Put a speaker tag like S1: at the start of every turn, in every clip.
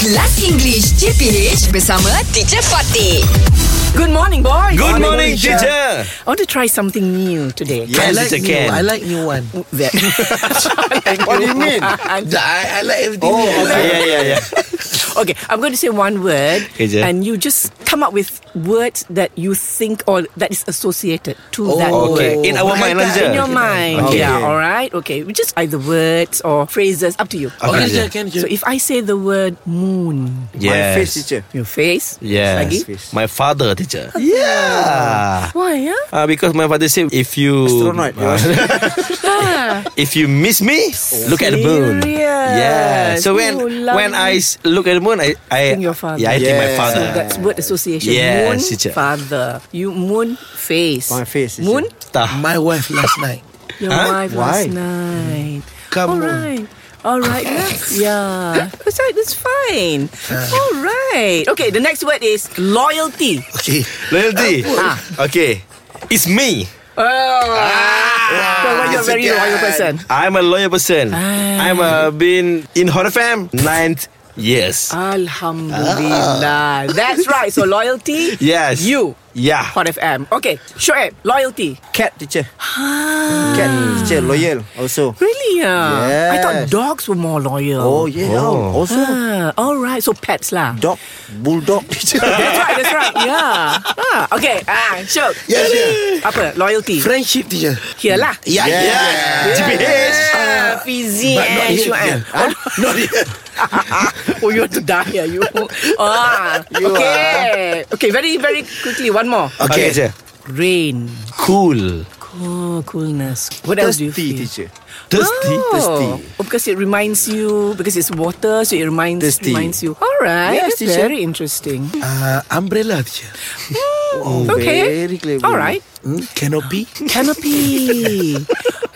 S1: Kelas English CPH bersama Teacher Fatih.
S2: Good morning, boys.
S3: Good morning, teacher.
S2: I want to try something new today.
S3: Yeah.
S4: I
S3: Yes,
S4: like
S3: it's a
S4: new.
S3: can.
S4: I like new one.
S2: That-
S4: What do you mean? I, I like everything. Oh,
S3: yeah, yeah, yeah.
S2: okay, I'm going to say one word,
S3: Okay, je.
S2: and you just come up with words that you think or that is associated to that
S4: Oh,
S3: Okay,
S2: word.
S3: in our mind lah, teacher.
S2: In your mind,
S3: Okay.
S2: yeah, all right, okay. Just either words or phrases, up to you.
S4: Okay,
S3: Okay.
S4: teacher, can you?
S2: So if I say the word moon,
S3: Yes.
S4: My face, teacher.
S2: your face,
S3: Yes.
S2: lagi,
S3: My father, teacher. Yeah.
S2: why, yeah?
S3: Uh, because my father said, if you
S4: Astronaut.
S3: Ah, if you miss me, look at the moon.
S2: Oh. Serious?
S3: Yeah. So when
S2: Oh, lovely.
S3: when I s- look at the moon, I I
S2: Think your father.
S3: yeah I think my
S4: Yeah.
S3: father.
S2: So that's word association.
S3: Yes,
S2: moon,
S3: teacher.
S2: father. You moon face.
S4: My face, teacher.
S2: Moon,
S3: Tah.
S4: My wife last night.
S2: your
S3: Huh?
S2: wife
S4: Why?
S2: last night.
S4: Come
S2: All
S4: on.
S2: right. All right. yeah. yeah. That's right. That's fine.
S3: Uh.
S2: All right. Okay. The next word is loyalty.
S4: Okay.
S3: Loyalty.
S2: Ah.
S3: Okay. It's me.
S2: Oh. so why you're a
S4: it's a
S2: very loyal
S4: guy.
S2: person.
S3: I'm a loyal person.
S2: Ah.
S3: I'm a been in Hot FM ninth years. Ah.
S2: Alhamdulillah. That's right. So loyalty.
S3: Yes.
S2: You.
S3: Yeah.
S2: Hot FM. Okay. Sure. Loyalty.
S4: Cat, teacher.
S3: Hmm. Ah.
S4: Cat, teacher. Loyal also.
S2: Really? Yeah. I thought
S4: Yes.
S2: dogs were more loyal.
S4: Oh, yeah.
S3: Oh.
S4: Also,
S2: Ah, all right. So pets lah.
S4: dog. Bulldog, teacher.
S2: That's right. That's right. Yeah. Ah, okay. Ah, sure.
S4: Yes, yeah.
S2: Apa? Loyalty.
S4: Friendship, teacher.
S2: Here lah.
S4: Yeah, yeah. yeah.
S3: GPH.
S2: Uh, Fizi
S4: But not
S2: and
S4: here,
S2: Shuan.
S4: teacher. Huh? Not here.
S2: Oh, you want to die here, you. Ah,
S4: You Uh,
S2: okay. Okay, very, very quickly. One more.
S3: Okay.
S4: Okay.
S3: teacher.
S2: Rain.
S3: Cool.
S2: Cool, coolness. What else do you
S4: Thirsty,
S2: feel?
S4: teacher.
S3: Thirsty.
S2: Oh.
S4: thirsty.
S2: Oh, because it reminds you, because it's water, so it reminds
S4: Thirsty.
S2: reminds you. All right,
S4: Yes,
S2: that's
S4: teacher.
S2: very interesting.
S4: Uh, umbrella, teacher.
S2: okay.
S4: Oh, Very clever.
S2: All right.
S4: Hmm? Canopy.
S2: Canopy.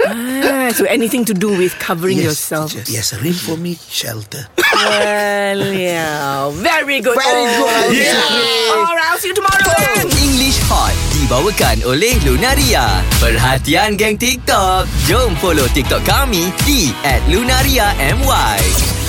S2: ah, so anything to do with covering yourself.
S4: teacher. Yes, rain for me, shelter.
S2: Well, yeah. Very good.
S4: Very
S2: Oh,
S4: good.
S2: Yeah. All right, I'll see you tomorrow then.
S5: English Hot dibawakan oleh Lunaria. Perhatian geng TikTok, jom follow TikTok kami di @lunariamy.